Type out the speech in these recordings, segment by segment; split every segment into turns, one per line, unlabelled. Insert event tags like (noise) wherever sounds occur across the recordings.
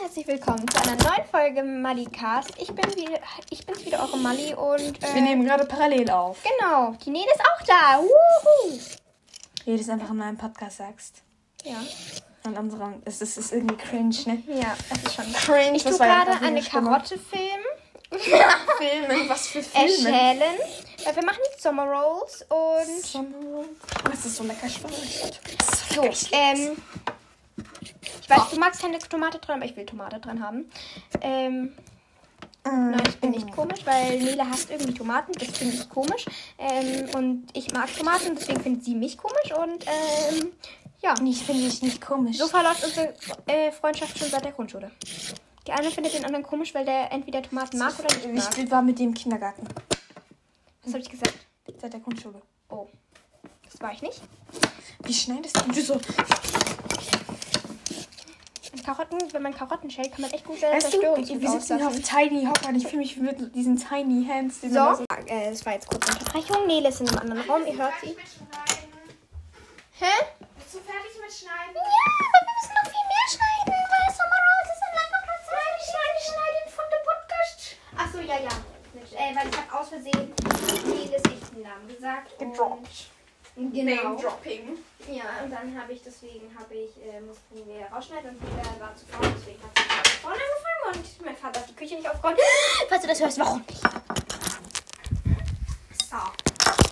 herzlich willkommen zu einer neuen Folge Malli-Cast. Ich, bin wieder- ich bin's wieder, eure Malli und...
Wir
Äh,
nehmen gerade parallel auf.
genau, die Nele ist auch da. Wuhu.
Jedes einfach in meinem Podcast sagst.
Ja,
Und unserem. Es ist, es ist irgendwie cringe, ne?
ja, es ist schon...
Cringe,
Ich tue
was war
gerade
das für
eine
Stimme? (laughs)
Karotte Äh, filmen,
Filmen, was für Filme.
erschälen, weil wir machen jetzt Summer Rolls und...
Oh, es ist so lecker spannend.
So, ähm... Ich weiß, du magst keine Tomate dran, aber ich will Tomate dran haben. Ähm, nein, ich bin
Mm.
nicht komisch, weil Nele hasst irgendwie Tomaten, das finde ich komisch. Ähm, und ich mag Tomaten, deswegen findet sie mich komisch und ähm, ja.
Ich finde dich nicht komisch.
So verläuft unsere äh, Freundschaft schon seit der Grundschule. Der eine findet den anderen komisch, weil der entweder Tomaten mag oder nicht mag.
ich war mit dem im Kindergarten.
Was habe ich gesagt?
Seit der Grundschule.
Oh, das war ich nicht.
Wie schneidest du so?
Und Karotten, wenn man Karotten schält, kann man echt gute
Weißt du,
Zerstörungsmittel
wir sitzen hier auf
auslassen.
Tiny Hocker und ich fühle mich wie mit diesen Tiny Hands. Die man da
So, äh, es war jetzt kurz Unterbrechung. Nele ist in einem anderen Raum, ihr hört sie. Hä?
Bist du fertig mit Schneiden?
Ja, aber wir müssen noch viel mehr schneiden, weil Summer Rolls ist ein langer Prozess. Ich schneide, ich schneide ihn von dem Podcast.
Achso, ja, ja. Mit, äh, weil ich habe aus Versehen Neles echten Namen gesagt. und-
Gedroppt.
Genau.
Dropping.
Ja, und dann habe ich, deswegen habe ich, äh, mussten wir rausschneiden und Nele war zu faul, deswegen hat sie von vorne angefangen und mein Vater hat die Küche nicht aufgeräumt.
Falls du das hörst, warum nicht?
So.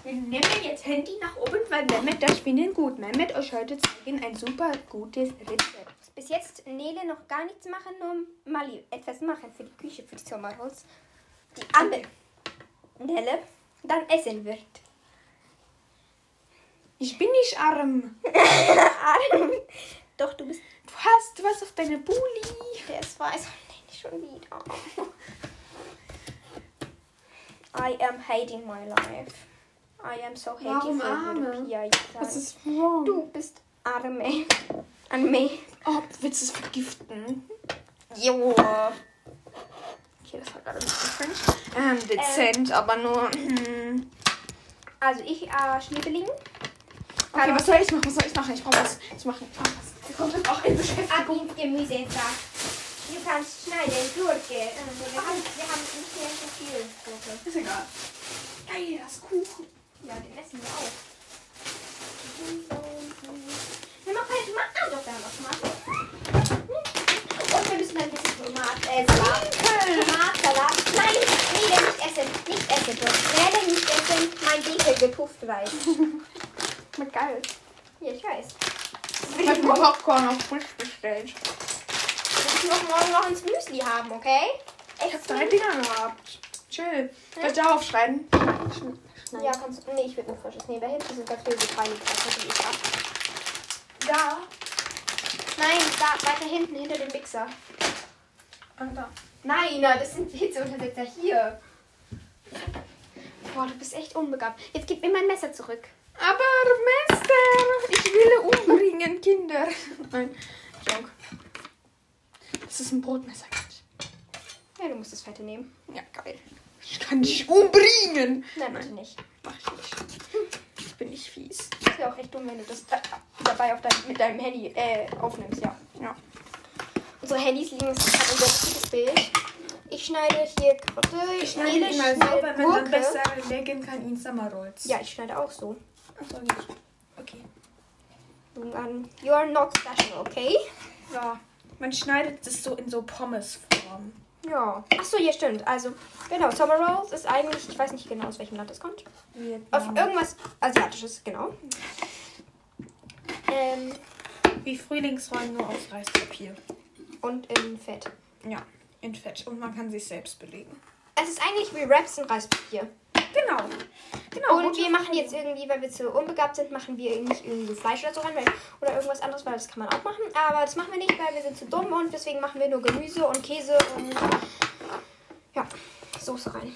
Wir nehmen jetzt Handy nach oben, weil Mehmet das Spinnen gut. Mehmet euch heute zeigen ein super gutes Rezept.
Bis jetzt Nele noch gar nichts machen, nur Mali etwas machen für die Küche, für die Summer Rolls. Die Amme Nele dann essen wird.
Ich bin nicht arm.
(laughs) Doch, du bist.
Du hast, du hast auf deine Bulli.
Der ist weiß. Oh, Nele schon wieder. I am hating my life. I am so hating
Warum arme? Was
Europeer.
ist wrong?
Du bist Arme. Arme.
Oh, willst du es vergiften?
Jo. Okay, das war gerade ein bisschen cringe.
Ähm, dezent, aber nur. hm.
Also ich äh, Schniebeling.
Okay, was soll ich machen? Was soll ich machen? Ich brauche was. Ich mache ich brauch was. Ich brauche auch eine Beschäftigung.
Abend Gemüsesaft. Du kannst schneiden, Gurke. Also, wir, haben, wir haben nicht mehr so viel Gurke.
Ist egal. Geil, das Kuchen.
Ja, den essen wir auch. Wir machen halt mal an, doch da noch mal. Und wir müssen ein bisschen Tomat, äh, Salat. Tomatsalat.
Nein, Nele, nicht essen. Nicht essen. Du Nele, nicht essen. Mein Winkel gepufft weiß.
Mit geil.
Ja, ich weiß.
Ich habe mir Popcorn auf frisch bestellt.
Wir müssen auch morgen noch ins Müsli haben, okay?
Ich habe drei Dinger gehabt. Chill. Soll ich darauf schreiben?
Ja, kannst du. Nee, ich will nur frisches. Nee, da hinten sind ganz viele Befreiungssachen, die ich hab.
Da.
Nein, da, weiter hinten, hinter dem Mixer.
Ah,
Nein, nein, das sind Hitzeuntersetzer hier. Boah, du bist echt unbegabt. Jetzt gib mir mein Messer zurück.
Aber Meister, ich will umbringen, Kinder. (laughs) Nein, Joke. Das ist ein Brotmesser.
Ja, du musst das Fette nehmen.
Ja, geil. Ich kann dich umbringen.
Nein, bitte nicht.
Mach ich nicht. Ich bin nicht fies.
Das wäre auch echt dumm, wenn du das äh, dabei auf dein, mit deinem Handy äh, aufnimmst, ja.
Ja.
Unsere Handys liegen jetzt gerade über das Bild. Ich schneide hier Karotte, ich schneide, ich schneide Gurke.
legen kann in Summerrolls.
Ja, ich schneide auch so.
Achso, okay.
Nun an, you are not special, okay?
Ja. Man schneidet das so in so Pommesform.
Ja. Achso, ja, stimmt. Also, genau, Summer Rolls ist eigentlich, ich weiß nicht genau, aus welchem Land das kommt. Auf irgendwas Asiatisches, genau. Ähm,
Wie Frühlingsrollen nur aus Reispapier.
und in Fett.
Ja, in Fett. Und man kann sich selbst belegen.
Es ist eigentlich wie Wraps in Reispapier.
Genau. Genau.
Und
gute
wir machen jetzt irgendwie, weil wir zu unbegabt sind, machen wir nicht irgendwie Fleisch oder so rein weil, oder irgendwas anderes, weil das kann man auch machen. Aber das machen wir nicht, weil wir sind zu dumm und deswegen machen wir nur Gemüse und Käse und ja, Soße rein.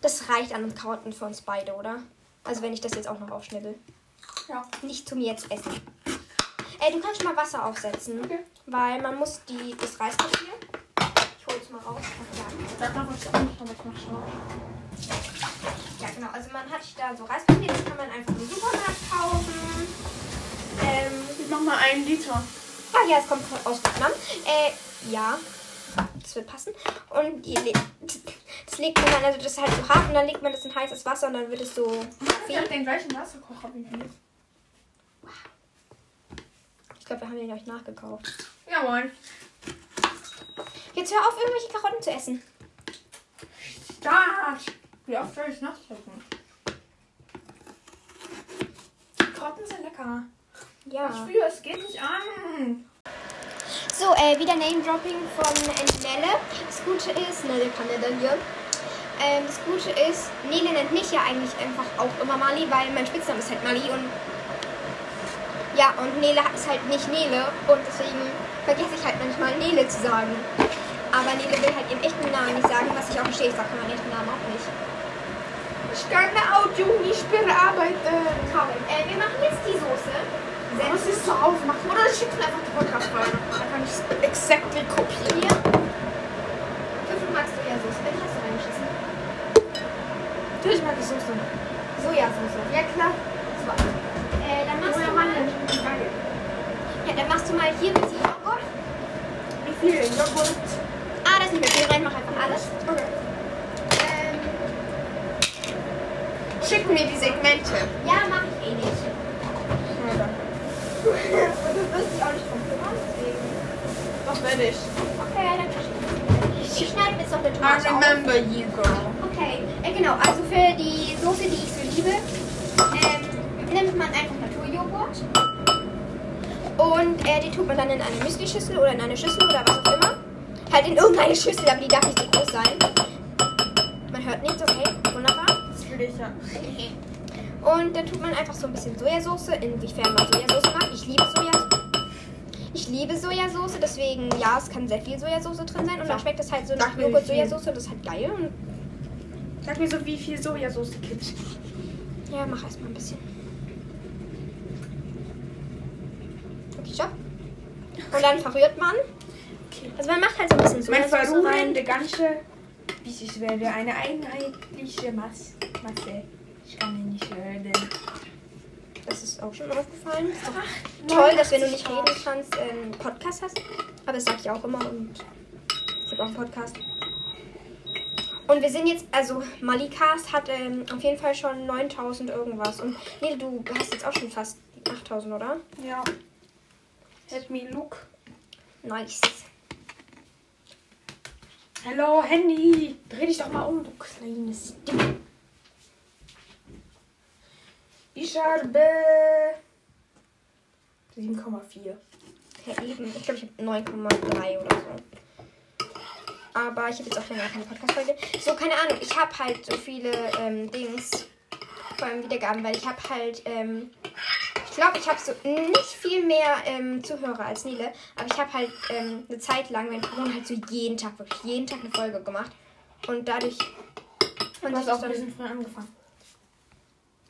Das reicht an Karotten für uns beide, oder? Also wenn ich das jetzt auch noch aufschnibbel.
Ja.
Nicht zum jetzt essen. Ey, du kannst schon mal Wasser aufsetzen, weil man muss die, das Reispapier. Ich hol's mal raus.
Sag mal, was ich auch noch damit mache.
Ja, genau. Also man hat da so Reispapier, das kann man einfach im Supermarkt kaufen. Ähm,
Ich mach mal einen Liter.
Ah ja, es kommt aus Vietnam. Äh, ja. Das wird passen. Und die, le- das legt man dann, also das ist halt so hart und dann legt man das in heißes Wasser und dann wird es so.
Ich habe den gleichen Wasserkocher wie wir.
Ich glaube, wir haben den euch nachgekauft.
Jawohl.
Jetzt hör auf, irgendwelche Karotten zu essen.
Start! Wie oft soll ich nachdrücken? Karotten sind lecker.
Ja.
Ich spüre, es geht nicht an.
So, äh, wieder Name-Dropping von äh, Nelle. Das Gute ist, Nelle kann ja dann hier. Ähm, das Gute ist, Nele nennt mich ja eigentlich einfach auch immer Mali, weil mein Spitzname ist halt Mali und. Ja, und Nele ist halt nicht Nele und deswegen vergesse ich halt manchmal Nele zu sagen. Aber Nele will halt ihren echten Namen nicht sagen, was ich auch verstehe. Ich sage meinen echten Namen auch nicht.
Ich kann eine Audio nicht bearbeiten.
Komm, äh, wir machen jetzt die Soße.
Du musst es so aufmachen. Oder schickst mir einfach die Podcast rein. Dann kann ich es exactly kopieren.
Hier. Würfel magst du ja Soße, wenn hast du reingeschissen.
Natürlich mag ich Soße.
Sojasauce. Ja, klar. So. Äh, dann machst du mal. Ja, dann machst du mal hier ein bisschen Joghurt.
Wie viel? Joghurt.
Ah, das ist nicht mehr viel rein, mach einfach alles.
Okay.
Ähm,
Schick mir die Segmente.
ja, mach ich eh nicht. Und du wirst dich auch nicht drum kümmern, deswegen.
Doch werde ich.
Okay, dann verschieben wir. Ich schneide jetzt noch eine
I
Tomate auf.
remember you, girl.
Okay, äh, genau, also für die Soße, die ich so liebe, ähm, nimmt man einfach Naturjoghurt. Und äh, die tut man dann in eine Müsli-Schüssel oder in eine Schüssel oder was auch immer. Halt in irgendeine Schüssel, aber die darf nicht so groß sein. Man hört nichts, okay, wunderbar.
Das will ich ja.
Und dann tut man einfach so ein bisschen Sojasauce, inwiefern man Sojasauce mag. Ich liebe Sojasauce. Ich liebe Sojasauce, deswegen, ja, es kann sehr viel Sojasauce drin sein. Und dann schmeckt das halt so
Sag
nach
mir, wie viel.
Joghurt-Sojasauce und das ist halt geil. Und
Sag mir so, wie viel Sojasauce gibt.
Ja, mach erstmal ein bisschen. Okay, stopp. Und dann verrührt man. Also man macht halt so ein bisschen
Mein
Sojasauce
Verruhen, der ganze. Wie ich werde, eine einheitliche Mas Masse. Ich kann nicht hören.
Das ist auch schon aufgefallen. Ist doch toll, dass wenn du nicht reden kannst, äh, einen Podcast hast. Aber das sag ich auch immer und ich habe auch einen Podcast. Und wir sind jetzt, also Malikast hat ähm, auf jeden Fall schon 9000 irgendwas. Und nee, du hast jetzt auch schon fast 8000, oder?
Ja. Let me look.
Nice.
Hallo, Handy. Dreh dich doch mal um, du kleines Ding. Ich habe 7,4.
Ja, eben. Ich glaube, ich habe 9,3 oder so. Aber ich habe jetzt auch länger keine Podcast-Folge. So, keine Ahnung. Ich habe halt so viele ähm, Dings, vor allem Wiedergaben, weil ich habe halt, ähm, ich glaube, ich habe so nicht viel mehr ähm, Zuhörer als Nele. Aber ich habe halt ähm, eine Zeit lang, wenn Corona halt so jeden Tag, wirklich jeden Tag eine Folge gemacht. Und dadurch. Und
Du
das
hast auch
ist
ein
dann
bisschen früher angefangen.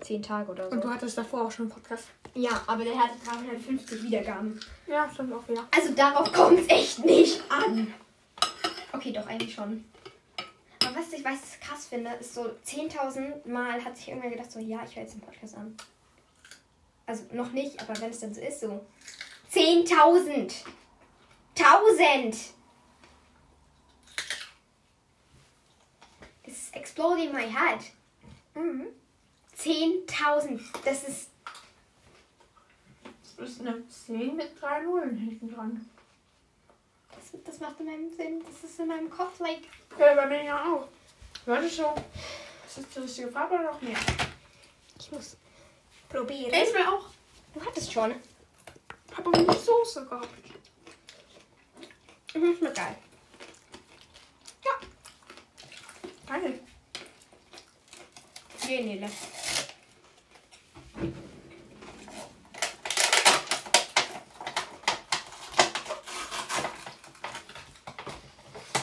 zehn Tage oder
Und du
so.
hattest davor auch schon einen Podcast.
Ja, aber der hatte
halt
350 Wiedergaben.
Ja, stimmt auch wieder.
Also darauf kommt es echt nicht an. Okay, doch, eigentlich schon. Aber was ich weiß, was krass finde, ist so 10.000 Mal hat sich irgendwer gedacht, so, ja, ich höre jetzt den Podcast an. Also noch nicht, aber wenn es dann so ist, so. 10.000! 1000! Es ist exploding my head.
Mhm.
10.000, das ist.
Das ist eine 10 mit 3 Nullen hinten dran.
Das, das macht in meinem Sinn, das ist in meinem Kopf, like.
Ja, bei mir ja auch. Warte schon. Ist das die richtige Farbe oder noch mehr?
Ich muss probieren.
Ich will auch.
Du hattest schon.
Hab aber nicht Soße gehabt.
Mhm, schmeckt geil.
Geil.
Nee, Nele.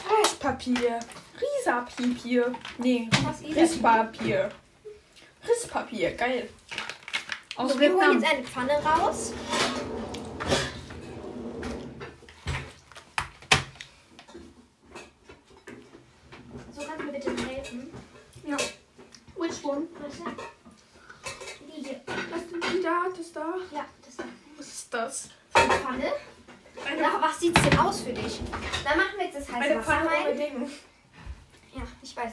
Reispapier. Riesapier. Nee,
Was ist
Risspapier. Risspapier, geil. Aus
so, wir holen jetzt eine Pfanne raus. So, kannst du mir bitte helfen?
Ja.
Which one? Weißt du?
Die hier.
Was denn die da? Das da?
Ja, das ist
Was ist das?
eine Pfanne. was sieht's denn aus für dich? Dann machen wir jetzt das heiße
Meine
Wasser
Pfanne
rein.
unbedingt.
Ja, ich weiß.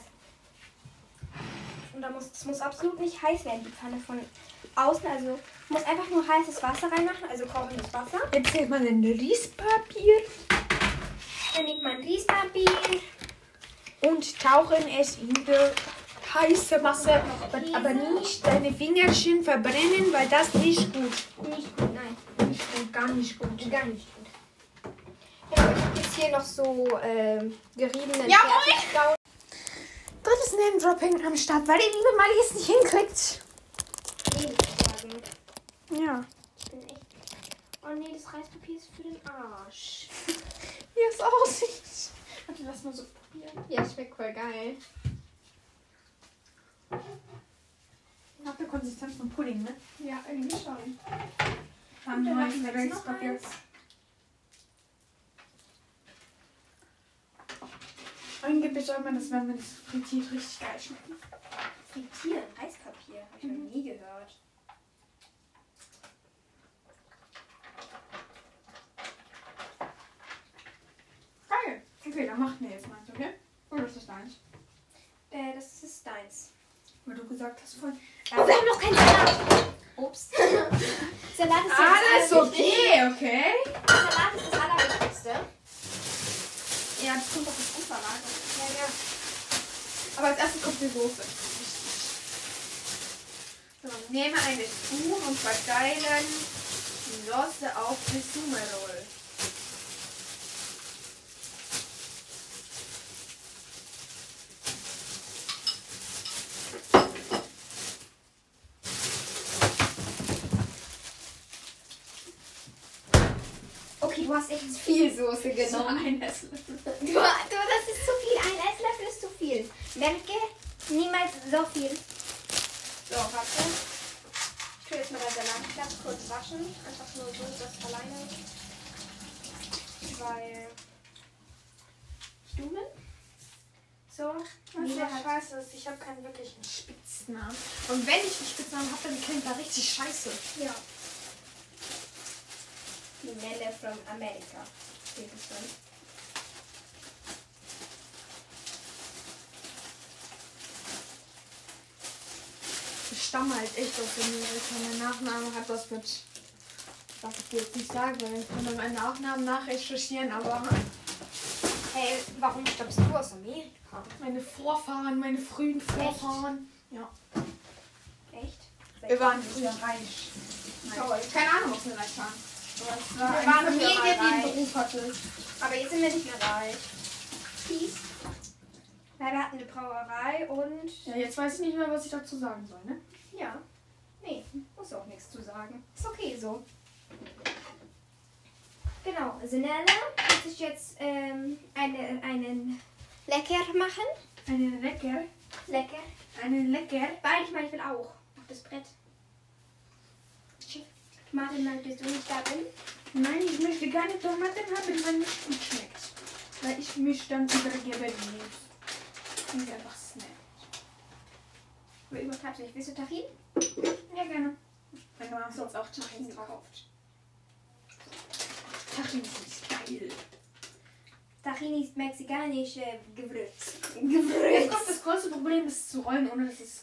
Und da muss, es muss absolut nicht heiß werden, die Pfanne von außen. Also muss einfach nur heißes Wasser reinmachen, also kochendes Wasser.
Jetzt nimmt man ein Riespapier
Dann nimmt man Riespapier.
und tauchen es in der heiße Wasser. Aber, aber nicht deine Finger schön verbrennen, weil das nicht gut.
Nicht gut, nein.
Nicht gut, gar nicht gut.
Gar nicht gut.
Genau, ich habe jetzt hier noch so ähm, geriebenen
Jawohl!
Fertigstauden.
Drittes Name-Dropping am Start, weil die liebe Mali es nicht hinkriegt.
Nee, würde ich sagen.
Ja.
Ich bin echt. Oh nee, das Reispapier ist für den Arsch.
Wie es aussieht.
Warte, lass mal so probieren. Ja, schmeckt voll geil.
Nach der Konsistenz von Pudding, ne?
Ja, irgendwie schon. Dann
Dann machen
machen
wir
wir jetzt noch
Reispapier.
eins.
Angeblich soll man das, wenn man das frittiert, richtig geil schmecken.
Frittieren, Reispapier. Habe ich noch nie gehört.
Geil. Okay, dann machen wir jetzt meins, okay? Oder ist das deins?
Äh, das ist deins.
Weil du gesagt hast vorhin.
Oh, wir haben noch keinen Salat.
Ups.
(laughs) Salat ist
Alles
ja Ah, das
okay, okay?
Allerwichtigste. Salat ist das Allerwichtigste.
Ja, das kommt auf das Unterlage.
Ja, ja.
Aber als erstes kommt die Soße. So, nehme eine Spur und verteilen die Soße auf die Sumerol.
Okay, du hast echt viel Soße
So
genommen.
ein Esslöffel.
Du, du, das ist zu viel. Ein Esslöffel ist zu viel. Merke, niemals so viel.
So, warte.
Ich tue jetzt mal das Salatblatt kurz waschen. Einfach nur so, das alleine. Weil ich dumm bin. So,
Das ist
Nina
ja
hat-
scheiße, ist, ich habe keinen wirklichen Spitznamen. Und wenn ich einen Spitznamen habe, dann klingt er richtig scheiße.
Ja. Die Nelle from America. Steht es drin.
Ich stamme halt echt aus Amerika. Mein Nachname hat was mit. Was ich dir jetzt nicht sage, weil ich kann meinen Nachnamen nachrecherchieren, aber
Hey, warum stammst du aus Amerika?
meine Vorfahren, meine frühen Vorfahren. Ja.
Echt?
Wir waren früher reich.
Toll.
Keine Ahnung, was wir reich waren. Aber es war
Wir
eine
waren
Familie,
früher mal
die einen
reich.
Beruf hatte.
Aber jetzt sind wir nicht mehr reich. Peace. Weil wir hatten eine Brauerei und
Ja, jetzt weiß ich nicht mehr, was ich dazu sagen soll, ne?
ja. Nee, muss auch nichts zu sagen. Ist okay so. Genau, Sinella wird sich jetzt ähm, eine, einen lecker machen.
Eine lecker,
Lecker.
eine lecker.
Beide, ich meine, ich will auch. Auf das Brett. Schick. Martin, mag dass du nicht da bin.
Nein, ich möchte keine Tomaten haben, wenn es gut schmeckt. Weil ich mich dann übergebe muss. Und einfach schnell.
Aber übertreib's nicht. Willst du Tarin?
Ja, gerne. Wenn du hast uns auch Tarin gekauft. Tarin ist geil.
Tarin ist mexikanische Gewürz.
Jetzt kommt
Gewürz.
das größte Problem, das zu rollen, ohne dass es...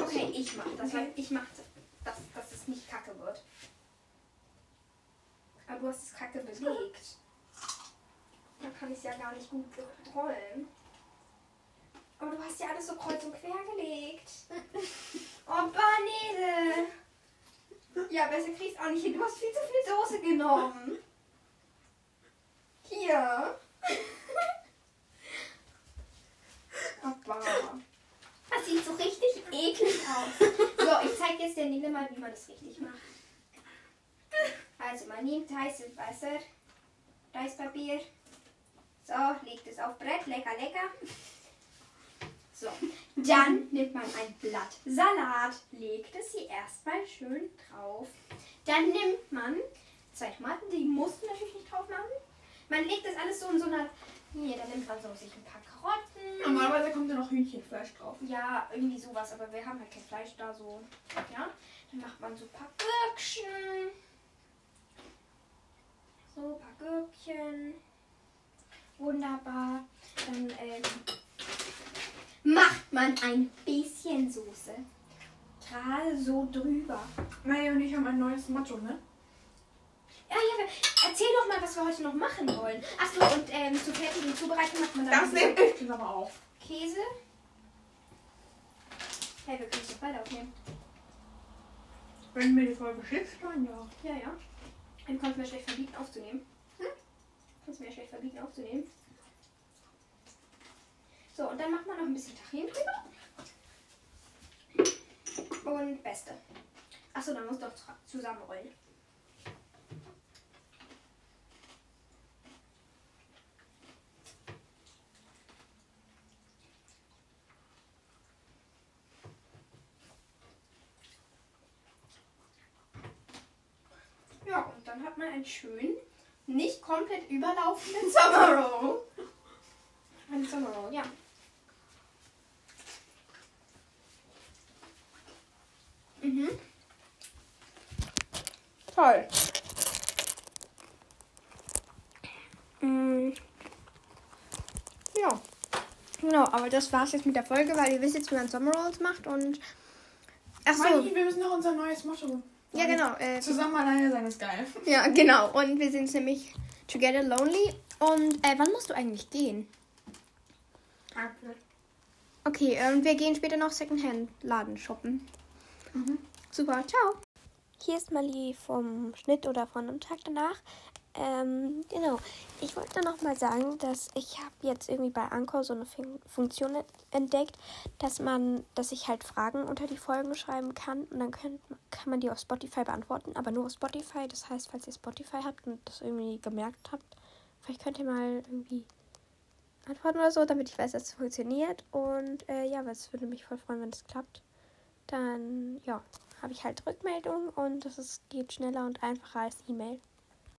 Okay, ich mach das.
Okay.
weil Ich mach das, dass, dass es nicht kacke wird. Aber du hast es kacke belegt. Da kann ich es ja gar nicht gut rollen. Aber du hast ja alles so kreuz und quer gelegt. Oh, Banane. Ja, besser kriegst du auch nicht hin. Du hast viel zu viel Soße genommen. Hier.
Aber...
Das sieht so richtig eklig aus. So, ich zeige jetzt der Nele mal, wie man das richtig macht. Also, man nimmt heißes Wasser, Reispapier. So, legt es auf Brett, lecker, lecker. So, dann nimmt man ein Blatt Salat, legt es hier erstmal schön drauf. Dann nimmt man zwei Tomaten, die musst du natürlich nicht drauf machen. Man legt das alles so in so einer. Hier, dann nimmt man so sich ein paar Karotten.
Normalerweise kommt da noch Hühnchenfleisch drauf.
Ja, irgendwie sowas, aber wir haben halt kein Fleisch da so. Ja, dann macht man so ein paar Gürkchen. So,
So, ein paar Gürkchen. Wunderbar. Dann ähm, macht man ein bisschen Soße. Gerade so drüber.
Maya und ich haben ein neues Motto, ne?
Ja, ja, wir- erzähl doch mal, was wir heute noch machen wollen. Achso, und ähm, zur fertigen Zubereitung macht man dann
Das nehme ich jetzt aber auch.
Käse. Hey, wir können es doch beide aufnehmen.
Wenn du mir die Folge schickst, dann ja.
Ja, ja. Dann kannst du mir schlecht verbieten aufzunehmen. Hm? Kannst du mir schlecht verbieten aufzunehmen. So, und dann macht man noch ein bisschen Tachin drüber. Und Beste. Achso, dann muss doch tra- zusammenrollen. Ja, und dann hat man einen schönen, nicht komplett überlaufenden Summer Roll. Ein Summer Roll, ja. Mhm.
Toll. Mm. Ja. Genau, aber das war's jetzt mit der Folge, weil ihr wisst jetzt, wie man Sommerrolls macht und.
Maya,
Achso,
wir müssen noch unser neues Motto.
ja, genau. Äh,
Zusammen alleine sein ist geil.
ja, genau. Und wir sind nämlich Together Lonely. Und äh, wann musst du eigentlich gehen? Okay, ähm, wir gehen später noch Secondhand-Laden shoppen. Mhm. Super, ciao. Hier ist Mali vom Schnitt oder von einem Tag danach. Ähm, genau. Ich wollte noch mal sagen, dass ich habe jetzt irgendwie bei Anchor so eine Fin- Funktion entdeckt, dass man, dass ich halt Fragen unter die Folgen schreiben kann und dann könnt, kann man die auf Spotify beantworten, aber nur auf Spotify. Das heißt, falls ihr Spotify habt und das irgendwie gemerkt habt, vielleicht könnt ihr mal irgendwie antworten oder so, damit ich weiß, dass es funktioniert. Und äh, ja, aber es würde mich voll freuen, wenn es klappt. Dann, ja, habe ich halt Rückmeldung und das ist, geht schneller und einfacher als E-Mail.